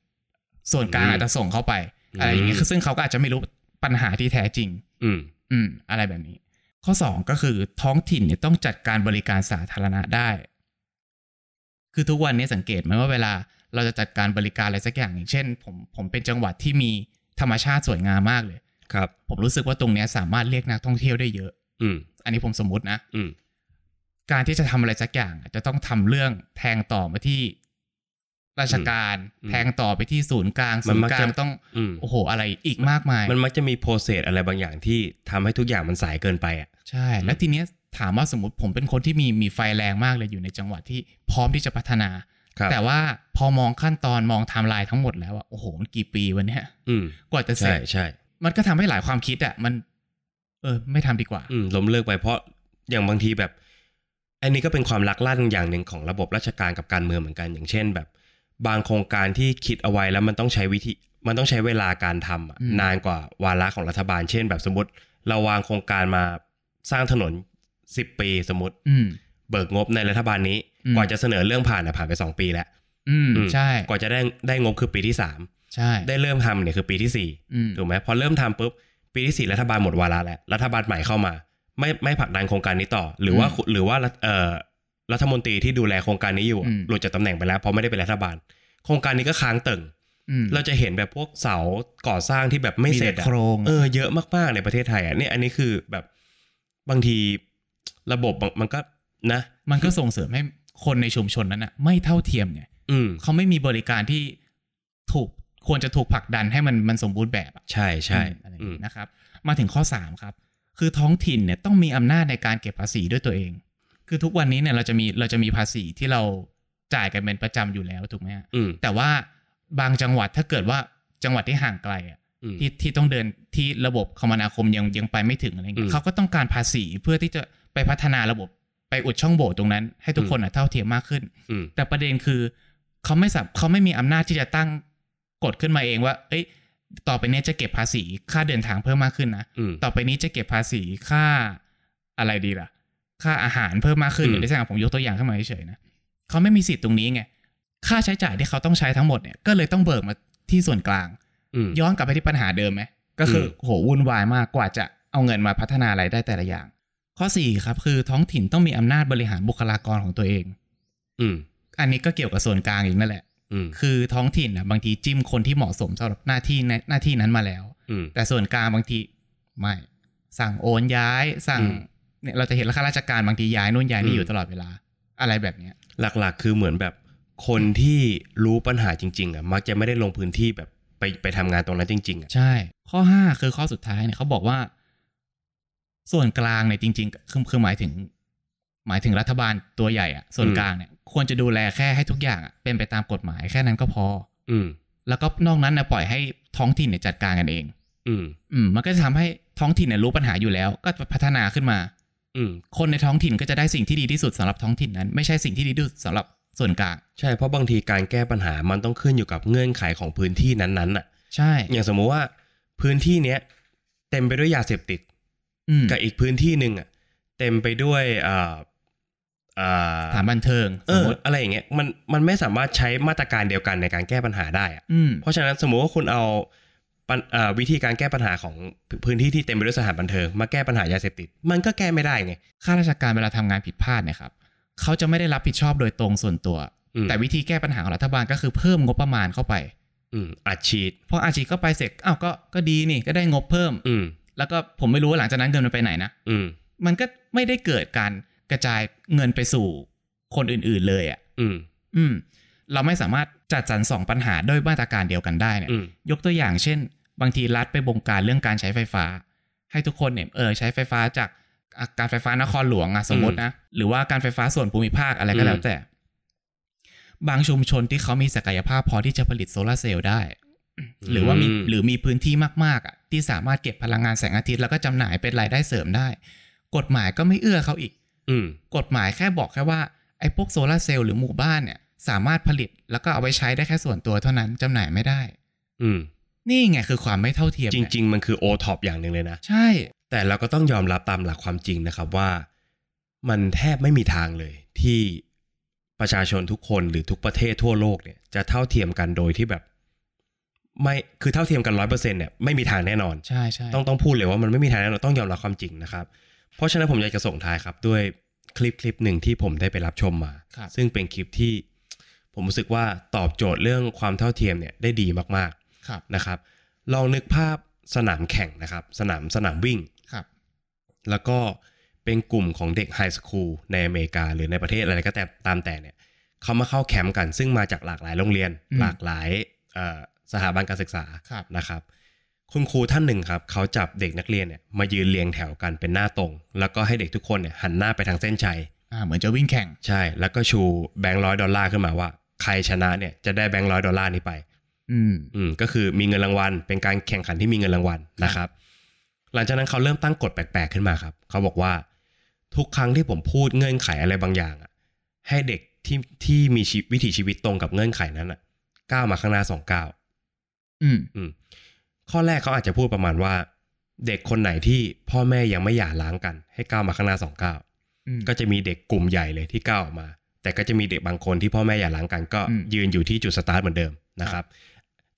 Speaker 2: ส่วนกลางอาจจะส่งเข้าไปอะไรอย่างเงี้ยคือซึ่งเขาก็อาจจะไม่รู้ปัญหาที่แท้จริง
Speaker 1: อืม
Speaker 2: อืมอะไรแบบนี้ ข้อสองก็คือท้องถิ่นเนี่ยต้องจัดการบริการสาธารณะได้ คือทุกวันนี้สังเกตไหมว่าเวลาเราจะจัดการบริการอะไรสักอย่างอย่างเช่น ผมผมเป็นจังหวัดที่มีธรรมชาติสวยงามมากเลย
Speaker 1: ครับ
Speaker 2: ผมรู้สึกว่าตรงเนี้ยสามารถเรียกนักท่องเที่ยวได้เยอะ
Speaker 1: อืม
Speaker 2: อันนี้ผมสมมตินะ
Speaker 1: อืม
Speaker 2: การที่จะทำอะไรสักอย่างอ่ะจะต้องทำเรื่องแทงต่อมาที่ราชการ
Speaker 1: อืม
Speaker 2: แทงต่อไปที่ศูนย์กลาง
Speaker 1: มั
Speaker 2: ศู
Speaker 1: น
Speaker 2: น
Speaker 1: มั
Speaker 2: ย์
Speaker 1: ก
Speaker 2: กลา
Speaker 1: จะ
Speaker 2: งต้อง
Speaker 1: อืม
Speaker 2: โอ้โหอะไรอีกมากมาย
Speaker 1: มันมักจะมีโปรเซสอะไรบางอย่างที่ทำให้ทุกอย่างมันสายเกินไปอ่ะ
Speaker 2: ใช่ แล้วทีเนี้ยถามว่าสมมติผมเป็นคนที่มีมีไฟแรงมากเลยอยู่ในจังหวัดที่พร้อมที่จะพัฒนา
Speaker 1: ครับ
Speaker 2: แต่ว่าพอมองขั้นตอนมองไทม์ไลน์ทั้งหมดแล้วอะโอ้โห มันกี่ปีวันเนี้ย
Speaker 1: อืม
Speaker 2: กว่าจะเสร็
Speaker 1: ใช่
Speaker 2: จ
Speaker 1: ใช่
Speaker 2: มันก็ทำให้หลายความคิดอะมัน เออ ไม่ทำดีกว่า
Speaker 1: อืมล้มเลิกไปเพราะอย่างบางทีแบบ อันนี้ก็เป็นความลักลั่นอย่างหนึ่งของระบบราชการกับการเมืองเหมือนกัน อย่างเช่นแบบ บางโครงการที่คิดเอาไว้แล้วมันต้องใช้วิธี มันต้องใช้เวลาการทำอะ
Speaker 2: อืม
Speaker 1: นานกว่าวาระของรัฐบาล เช่น แบบสมมติ เราวางโครงการมาสร้างถนนสิบปีสมมติ
Speaker 2: อืม
Speaker 1: เบิกงบในรัฐบาลนี้
Speaker 2: อืม
Speaker 1: กว่าจะเสนอเรื่องผ่านอะผ่านไปสองปีแล้ว
Speaker 2: อืม
Speaker 1: อืม
Speaker 2: ใช่
Speaker 1: กว่าจะได้ได้งบคือปีที่สาม
Speaker 2: ใช่
Speaker 1: ได้เริ่มทำเนี่ยคือปีที่สี่
Speaker 2: อืม
Speaker 1: ถูกไหมพอเริ่มทำปุ๊บปีที่สี่รัฐบาลหมดวาระแล้วรัฐบาลใหม่เข้ามา ไม่ไม่ผลักดันโครงการนี้ต่อ หรือว่าหรือว่ารัฐเอ่อรัฐมนตรีที่ดูแลโครงการนี้อยู่อะหลุดจากตำแหน่งไปแล้วเพราะไม่ได้เป็นรัฐบาล โครงการนี้ก็ค้างตึง
Speaker 2: อืม
Speaker 1: เราจะเห็นแบบพวกเสาก่อสร้างที่แบบไม่
Speaker 2: มี
Speaker 1: เสร็
Speaker 2: แต่
Speaker 1: จอะ
Speaker 2: โครง
Speaker 1: เออเยอะมากๆในประเทศไทยอ่ะเนี่ยอันนี้คือแบบบางทีระบบบางมันก็นะ
Speaker 2: มันก็ส่งเสริมให้คนในชุมชนนั้นอะไม่เท่าเทียมไง
Speaker 1: อืม
Speaker 2: เขาไม่มีบริการที่ถูกควรจะถูกผลักดันให้มันมันสมบูรณ์แบบอะ
Speaker 1: ใช่ใช่
Speaker 2: อะไรอย่าง
Speaker 1: อืม
Speaker 2: นี้นะครับ มาถึงข้อ 3 ครับ คือท้องถิ่นเนี่ยต้องมีอำนาจในการเก็บภาษีด้วยตัวเอง คือทุกวันนี้เนี่ยเราจะมีเราจะมีภาษีที่เราจ่ายกันเป็นประจำอยู่แล้วถูกไหมฮะ
Speaker 1: อืม
Speaker 2: แต่ว่าบางจังหวัดถ้าเกิดว่าจังหวัดที่ห่างไกลอ่ะ
Speaker 1: อืม
Speaker 2: ที่ที่ต้องเดินที่ระบบคมนาคมยังยังไปไม่ถึงอะไรเงี้
Speaker 1: อื
Speaker 2: ย
Speaker 1: ม
Speaker 2: เขาก็ต้องการภาษีเพื่อที่จะไปพัฒนาระบบไปอุดช่องโหว่ตรงนั้น ให้ทุก
Speaker 1: อืม
Speaker 2: คนอ่ะเท่าเทียมมากขึ้น
Speaker 1: อืม
Speaker 2: แต่ประเด็นคือเขาไม่สับเขาไม่มีอำนาจที่จะตั้งกฎขึ้นมาเองว่า เอ้ย ต่อไปเนี้ยจะเก็บภาษีค่าเดินทางเพิ่มมากขึ้นนะ
Speaker 1: อืม
Speaker 2: ต่อไปนี้จะเก็บภาษีค่าอะไรดีล่ะ ค่าอาหารเพิ่มมากขึ้น
Speaker 1: อืม
Speaker 2: หรือได้สั่งผมยกตัวอย่างขึ้นมาเฉยๆนะเขาไม่มีสิทธิ์ตรงนี้ไง ค่าใช้จ่ายที่เขาต้องใช้ทั้งหมดเนี่ยก็เลยต้องเบิกมาที่ส่วนกลาง
Speaker 1: อืม
Speaker 2: ย้อนกลับไปที่ปัญหาเดิมไหมก็คืออโหวุ่นวายมากกว่าจะเอาเงินมาพัฒนาอะไรได้แต่ละอย่าง ข้อสี่ครับคือท้องถิ่นต้องมีอำนาจบริหารบุคลากรของตัวเอง
Speaker 1: อืม
Speaker 2: อันนี้ก็เกี่ยวกับส่วนกลางอีกนั่นแหละ
Speaker 1: อืม
Speaker 2: คือท้องถิ่นนะบางทีจิ้มคนที่เหมาะสมสำหรับหน้าที่ในหน้าที่นั้นมาแล้ว
Speaker 1: อืม
Speaker 2: แต่ส่วนกลางบางทีไม่ สั่งโอนย้าย สั่ง
Speaker 1: อืม
Speaker 2: เนี่ยเราจะเห็นข้าราชการบางทีย้ายนู่นย้าย
Speaker 1: อื
Speaker 2: นี่
Speaker 1: ม
Speaker 2: อยู่ตลอดเวลา อะไรแบบเนี้ย
Speaker 1: หลักๆ คือเหมือนแบบคนที่รู้ปัญหาจริง ๆอ่ะมักจะไม่ได้ลงพื้นที่แบบไปไปทำงานตรงนั้นจริง ๆอ่ะ
Speaker 2: ใช่ ข้อห้าคือข้อสุดท้ายเนี่ยเขาบอกว่า ส่วนกลางเนี่ยจริง ๆ คือคือหมายถึง หมายถึงรัฐบาลตัวใหญ่อะส่วนกลางเนี่ย ควรจะดูแลแค่ให้ทุกอย่างอะเป็นไปตามกฎหมายแค่นั้นก็พอ
Speaker 1: อืม
Speaker 2: แล้วก็นอกนั้นนะปล่อยให้ท้องถิ่นเนี่ยจัดการกันเอง
Speaker 1: อืม
Speaker 2: อืม มันก็จะทำให้ท้องถิ่นเนี่ยรู้ปัญหาอยู่แล้ว ก็จะพัฒนาขึ้นมา
Speaker 1: อืม
Speaker 2: คนในท้องถิ่นก็จะได้สิ่งที่ดีที่สุดสำหรับท้องถิ่นนั้น ไม่ใช่สิ่งที่ดีที่สุดสำหรับส่วนกลาง
Speaker 1: ใช่เพราะบางทีการแก้ปัญหามันต้องขึ้นอยู่กับเงื่อนไขของพื้นที่นั้นๆอ่ะ
Speaker 2: ใช่
Speaker 1: อย่างสมมุติว่าพื้นที่เนี้ยเต็มไปด้วยยาเสพติด
Speaker 2: อืม
Speaker 1: กับอีกพื้นที่หนึ่งอ่ะเต็มไปด้วยเอ่อเอ่อ
Speaker 2: สถานบันเทิง
Speaker 1: เอ
Speaker 2: สม
Speaker 1: อ
Speaker 2: มติ
Speaker 1: อะไรอย่างเงี้ยมันมันไม่สามารถใช้มาตรการเดียวกันในการแก้ปัญหาได้อ่ะ
Speaker 2: อืม
Speaker 1: เพราะฉะนั้นสมมุติว่าคุณเอาปัญเอ่อวิธีการแก้ปัญหาของพื้นที่ที่เต็มไปด้วยสถานบันเทิงมาแก้ปัญหายาเสพติด มันก็แก้ไม่ได้ไง
Speaker 2: ข้าราชการเวลาทำงานผิดพลาดเนะครับ เขาจะไม่ได้รับผิดชอบโดยตรงส่วนตัว
Speaker 1: อืม
Speaker 2: แต่วิธีแก้ปัญหาของรัฐบาลก็คือเพิ่มงบประมาณเข้าไป
Speaker 1: อืมอัดฉีด
Speaker 2: พออาชีพเข้าไปเสร็จอ้าวก็ก็ดีนี่ก็ได้งบเพิ่ม
Speaker 1: อืม
Speaker 2: แล้วก็ผมไม่รู้ว่าหลังจากนั้นเงินมันไปไหนนะ
Speaker 1: อืม
Speaker 2: มันก็ไม่ได้เกิดการกระจายเงินไปสู่คนอื่นๆเลยอะ่ะ
Speaker 1: อืม
Speaker 2: อืม เราไม่สามารถจัดสรรสองปัญหาด้วยมาตรการเดียวกันได้เนี่ย
Speaker 1: อืม
Speaker 2: ยกตัวอย่างเช่น บางทีรัฐไปบงการเรื่องการใช้ไฟฟ้า ให้ทุกคนเนี่ยเออใช้ไฟฟ้าจากอ่ะการไฟฟ้านครหลวงอะสมมตินะ หรือว่าการไฟฟ้าส่วนภูมิภาคอะไรก็แล้วแต่ บางชุมชนที่เขามีศักยภาพพอที่จะผลิตโซลาร์เซลล์ได้ หรือว่ามีหรือมีพื้นที่มากๆอะที่สามารถเก็บพลังงานแสงอาทิตย์แล้วก็จำหน่ายเป็นรายได้เสริมได้ กฎหมายก็ไม่เอื้อเขาอีก
Speaker 1: อืม
Speaker 2: กฎหมายแค่บอกแค่ว่าไอ้พวกโซลาร์เซลล์หรือหมู่บ้านเนี่ย สามารถผลิตแล้วก็เอาไว้ใช้ได้แค่ส่วนตัวเท่านั้นจำหน่ายไม่ได้
Speaker 1: อืม
Speaker 2: นี่ไงคือความไม่เท่าเทียม
Speaker 1: จ
Speaker 2: เนี่ย
Speaker 1: ริง ๆ มันคือโอท็อปอย่างหนึ่งเลยนะ
Speaker 2: ใช่
Speaker 1: แต่เราก็ต้องยอมรับตามหลักความจริงนะครับว่า มันแทบไม่มีทางเลย ที่ประชาชนทุกคนหรือทุกประเทศทั่วโลกเนี่ยจะเท่าเทียมกันโดยที่แบบ ไม่คือเท่าเทียมกันร้อยเปอร์เซ็นเนี่ยไม่มีทางแน่นอน
Speaker 2: ใช่ใช่
Speaker 1: ต้องต้องพูดเลยว่ามันไม่มีทางแน่นอนต้องยอมรับความจริงนะครับ เพราะฉะนั้นผมอยากจะส่งท้ายครับ ด้วยคลิปคลิปหนึ่งที่ผมได้ไปรับชมมา
Speaker 2: ครับ
Speaker 1: ซึ่งเป็นคลิปที่ผมรู้สึกว่าตอบโจทย์เรื่องความเท่าเทียมเนี่ยได้ดีมาก
Speaker 2: ครับ
Speaker 1: ๆนะครับ ลองนึกภาพสนามแข่งนะครับ สนามสนามวิ่ง
Speaker 2: ครับ
Speaker 1: แล้วก็เป็นกลุ่มของเด็กไฮสคูลในอเมริกาหรือในประเทศอะไรก็แต่ตามแต่เนี่ยเขามาเข้าแคมป์กันซึ่งมาจากหลากหลายโรงเรียน หลากหลายเอ่อสถาบันการศึกษา
Speaker 2: ครับ
Speaker 1: นะครับ คุณครูท่านหนึ่งครับ เขาจับเด็กนักเรียนเนี่ยมายืนเรียงแถวกันเป็นหน้าตรง แล้วก็ให้เด็กทุกคนเนี่ยหันหน้าไปทางเส้นชัย
Speaker 2: อ่าเหมือนจะวิ่งแข่ง
Speaker 1: ใช่ แล้วก็ชูแบงค์ร้อยดอลลาร์ขึ้นมาว่า ใครชนะเนี่ยจะได้แบงค์ร้อยดอลลาร์นี้ไป
Speaker 2: อืม
Speaker 1: อืมก็คือมีเงินรางวัลเป็นการแข่งขันที่มีเงินรางวัลนะครับ หลังจากนั้นเขาเริ่มตั้งกฎแปลกๆขึ้นมาครับ เขาบอกว่า ทุกครั้งที่ผมพูดเงื่อนไขอะไรบางอย่างอะให้เด็กที่ที่มีชีวิถีชีวิตตรงกับเงื่อนไขนั้นอะก้าวมาข้างหน้าสองก้าว
Speaker 2: อืม
Speaker 1: อืมข้อแรกเขาอาจจะพูดประมาณว่า เด็กคนไหนที่พ่อแม่ยังไม่หย่าร้างกัน ให้ก้าวมาข้างหน้าสองก้าว
Speaker 2: อืม
Speaker 1: ก็จะมีเด็กกลุ่มใหญ่เลยที่ก้าวออกมา แต่ก็จะมีเด็กบางคนที่พ่อแม่อย่าล้างกันก็
Speaker 2: อืม
Speaker 1: ยืนอยู่ที่จุดสตาร์ทเหมือนเดิมนะครับ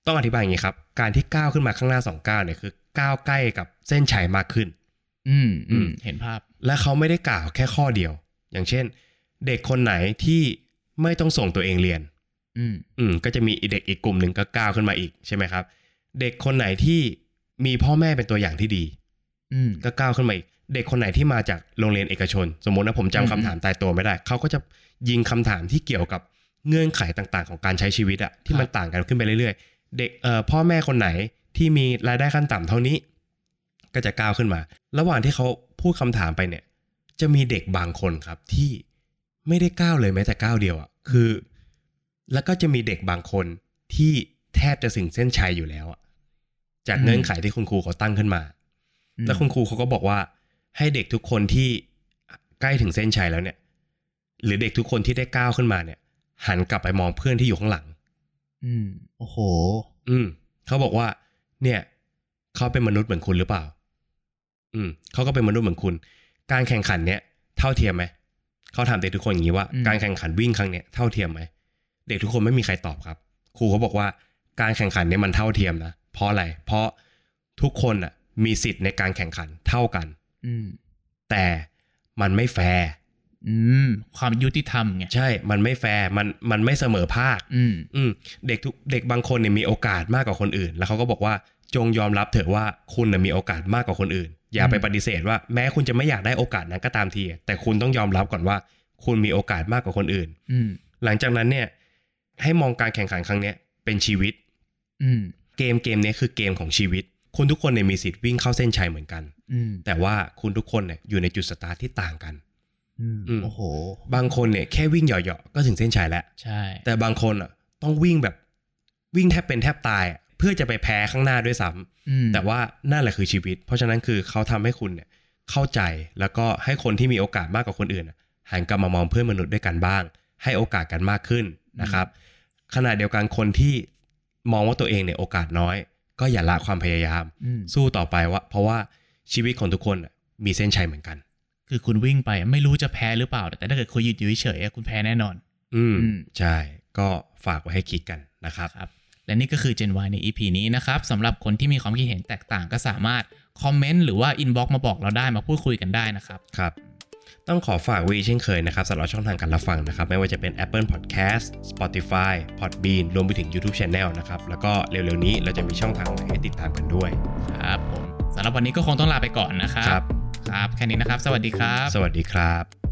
Speaker 1: ต้องอธิบายอย่างนี้ครับ การที่ก้าวขึ้นมาข้างหน้าสองก้าวเนี่ยคือก้าวใกล้กับเส้นชัยมากขึ้น
Speaker 2: อืม
Speaker 1: อื
Speaker 2: อื
Speaker 1: ม
Speaker 2: มเห็นภาพ
Speaker 1: และเขาไม่ได้กล่าวแค่ข้อเดียว อย่างเช่น เด็กคนไหนที่ไม่ต้องส่งตัวเองเรียน
Speaker 2: อืม
Speaker 1: อืมก็จะมีเด็กอีกกลุ่มหนึ่งก็ก้าวขึ้นมาอีกใช่ไหมครับ เด็กคนไหนที่มีพ่อแม่เป็นตัวอย่างที่ดี
Speaker 2: อืม
Speaker 1: ก็ก้าวขึ้นมาอีก เด็กคนไหนที่มาจากโรงเรียนเอกชน สมมตินะผมจำ
Speaker 2: อืม
Speaker 1: คำถามตายตัวไม่ได้ เขาก็จะยิงคำถามที่เกี่ยวกับเงื่อนไขต่างๆ ของการใช้ชีวิตอะที่มันต่างกันขึ้นไปเรื่อยๆ เด็กเอ่อพ่อแม่คนไหนที่มีรายได้ขั้นต่ำเท่านี้ ก็จะก้าวขึ้นมา ระหว่างที่เขาพูดคำถามไปเนี่ย จะมีเด็กบางคนครับที่ไม่ได้ก้าวเลยแม้แต่ก้าวเดียวอะคือ แล้วก็จะมีเด็กบางคนที่แทบจะถึงเส้นชัยอยู่แล้วอะจากเงื่อนไขที่คุณครูเขาตั้งขึ้นมา แล้วคุณครูเขาก็บอกว่า ให้เด็กทุกคนที่ใกล้ถึงเส้นชัยแล้วเนี่ย หรือเด็กทุกคนที่ได้ก้าวขึ้นมาเนี่ย หันกลับไปมองเพื่อนที่อยู่ข้างหลัง
Speaker 2: อืมโอ้โห
Speaker 1: อืมเขาบอกว่า เนี่ยเขาเป็นมนุษย์เหมือนคุณหรือเปล่า อืมเขาก็เป็นมนุษย์เหมือนคุณ การแข่งขันเนี่ย เท่าเทียมไหมเขาถามเด็กทุกคนอย่างนี้ว่า
Speaker 2: อืม
Speaker 1: การแข่งขันวิ่งครั้งเนี่ยเท่าเทียมไหมเด็กทุกคนไม่มีใครตอบครับ ครูเขาบอกว่าการแข่งขันเนี่ยมันเท่าเทียมนะเพราะอะไร เพราะทุกคนอ่ะ มีสิทธิ์ในการแข่งขันเท่ากัน
Speaker 2: อืม
Speaker 1: แต่มันไม่แฟร์
Speaker 2: อืมความยุติธรรมไง
Speaker 1: ใช่ มันไม่แฟร์มันมันไม่เสมอภาค
Speaker 2: อืม
Speaker 1: อืมเด็กทุกเด็กบางคนเนี่ยมีโอกาสมากกว่าคนอื่น แล้วเขาก็บอกว่าจงยอมรับเถอะว่าคุณน่ะมีโอกาสมากกว่าคนอื่น อย่าไปปฏิเสธว่าแม้คุณจะไม่อยากได้โอกาสนั้นก็ตามที แต่คุณต้องยอมรับก่อนว่า คุณมีโอกาสมากกว่าคนอื่น
Speaker 2: อืม
Speaker 1: หลังจากนั้นเนี่ย ให้มองการแข่งขันครั้งเนี้ยเป็นชีวิต
Speaker 2: อืม
Speaker 1: เกมเกมเนี้ยคือเกมของชีวิต คุณทุกคนเนี่ยมีสิทธิ์วิ่งเข้าเส้นชัยเหมือนกัน
Speaker 2: อืม
Speaker 1: แต่ว่าคุณทุกคนเนี่ยอยู่ในจุดสตาร์ทที่ต่างกัน
Speaker 2: อืม
Speaker 1: อืม
Speaker 2: โอ้โห
Speaker 1: บางคนเนี่ยแค่วิ่งเหยาะๆก็ถึงเส้นชัยแล้ว
Speaker 2: ใช่
Speaker 1: แต่บางคนอ่ะต้องวิ่งแบบวิ่งแทบเป็นแทบตายอะเพื่อจะไปแพ้ข้างหน้าด้วยซ้ำ
Speaker 2: อืม
Speaker 1: แต่ว่านั่นแหละคือชีวิต เพราะฉะนั้นคือเขาทำให้คุณเนี่ยเข้าใจแล้วก็ให้คนที่มีโอกาสมากกว่าคนอื่นอะหันกลับมามองเพื่อนมนุษย์ด้วยกันบ้าง ให้โอกาสกันมากขึ้นนะครับขณะเดียวกันคนที่มองว่าตัวเองเนี่ยโอกาสน้อย ก็อย่าละความพยายาม
Speaker 2: อืม
Speaker 1: สู้ต่อไปว่า เพราะว่าชีวิตของทุกคนอะมีเส้นชัยเหมือนกัน
Speaker 2: คือคุณวิ่งไปไม่รู้จะแพ้หรือเปล่า แต่ถ้าเกิดคุณยืนอยู่เฉยๆอะคุณแพ้แน่นอน
Speaker 1: อืม
Speaker 2: อืม
Speaker 1: ใช่ก็ฝากไว้ให้คิดกันนะครับ
Speaker 2: ครับและนี่ก็คือ Gen Y ใน EP นี้นะครับสำหรับคนที่มีความคิดเห็นแตกต่างก็สามารถคอมเมนต์หรือว่าอินบ็อกมาบอกเราได้มาพูดคุยกันได้นะครับ
Speaker 1: ครับ ต้องขอฝากไวีเช่นเคยนะครับสำหรับช่องทางการรับฟังนะครับ ไม่ว่าจะเป็น Apple Podcast Spotify Podbean รวมไปถึง YouTube Channel นะครับ แล้วก็เร็วๆนี้เราจะมีช่องทางใหม่ให้ติดตามกันด้วย
Speaker 2: ครับผมสำหรับวันนี้ก็คงต้องลาไปก่อนนะครับ
Speaker 1: ครับ
Speaker 2: ครับ แค่นี้นะครับ สวัสดีครับ
Speaker 1: สวัสดีครับ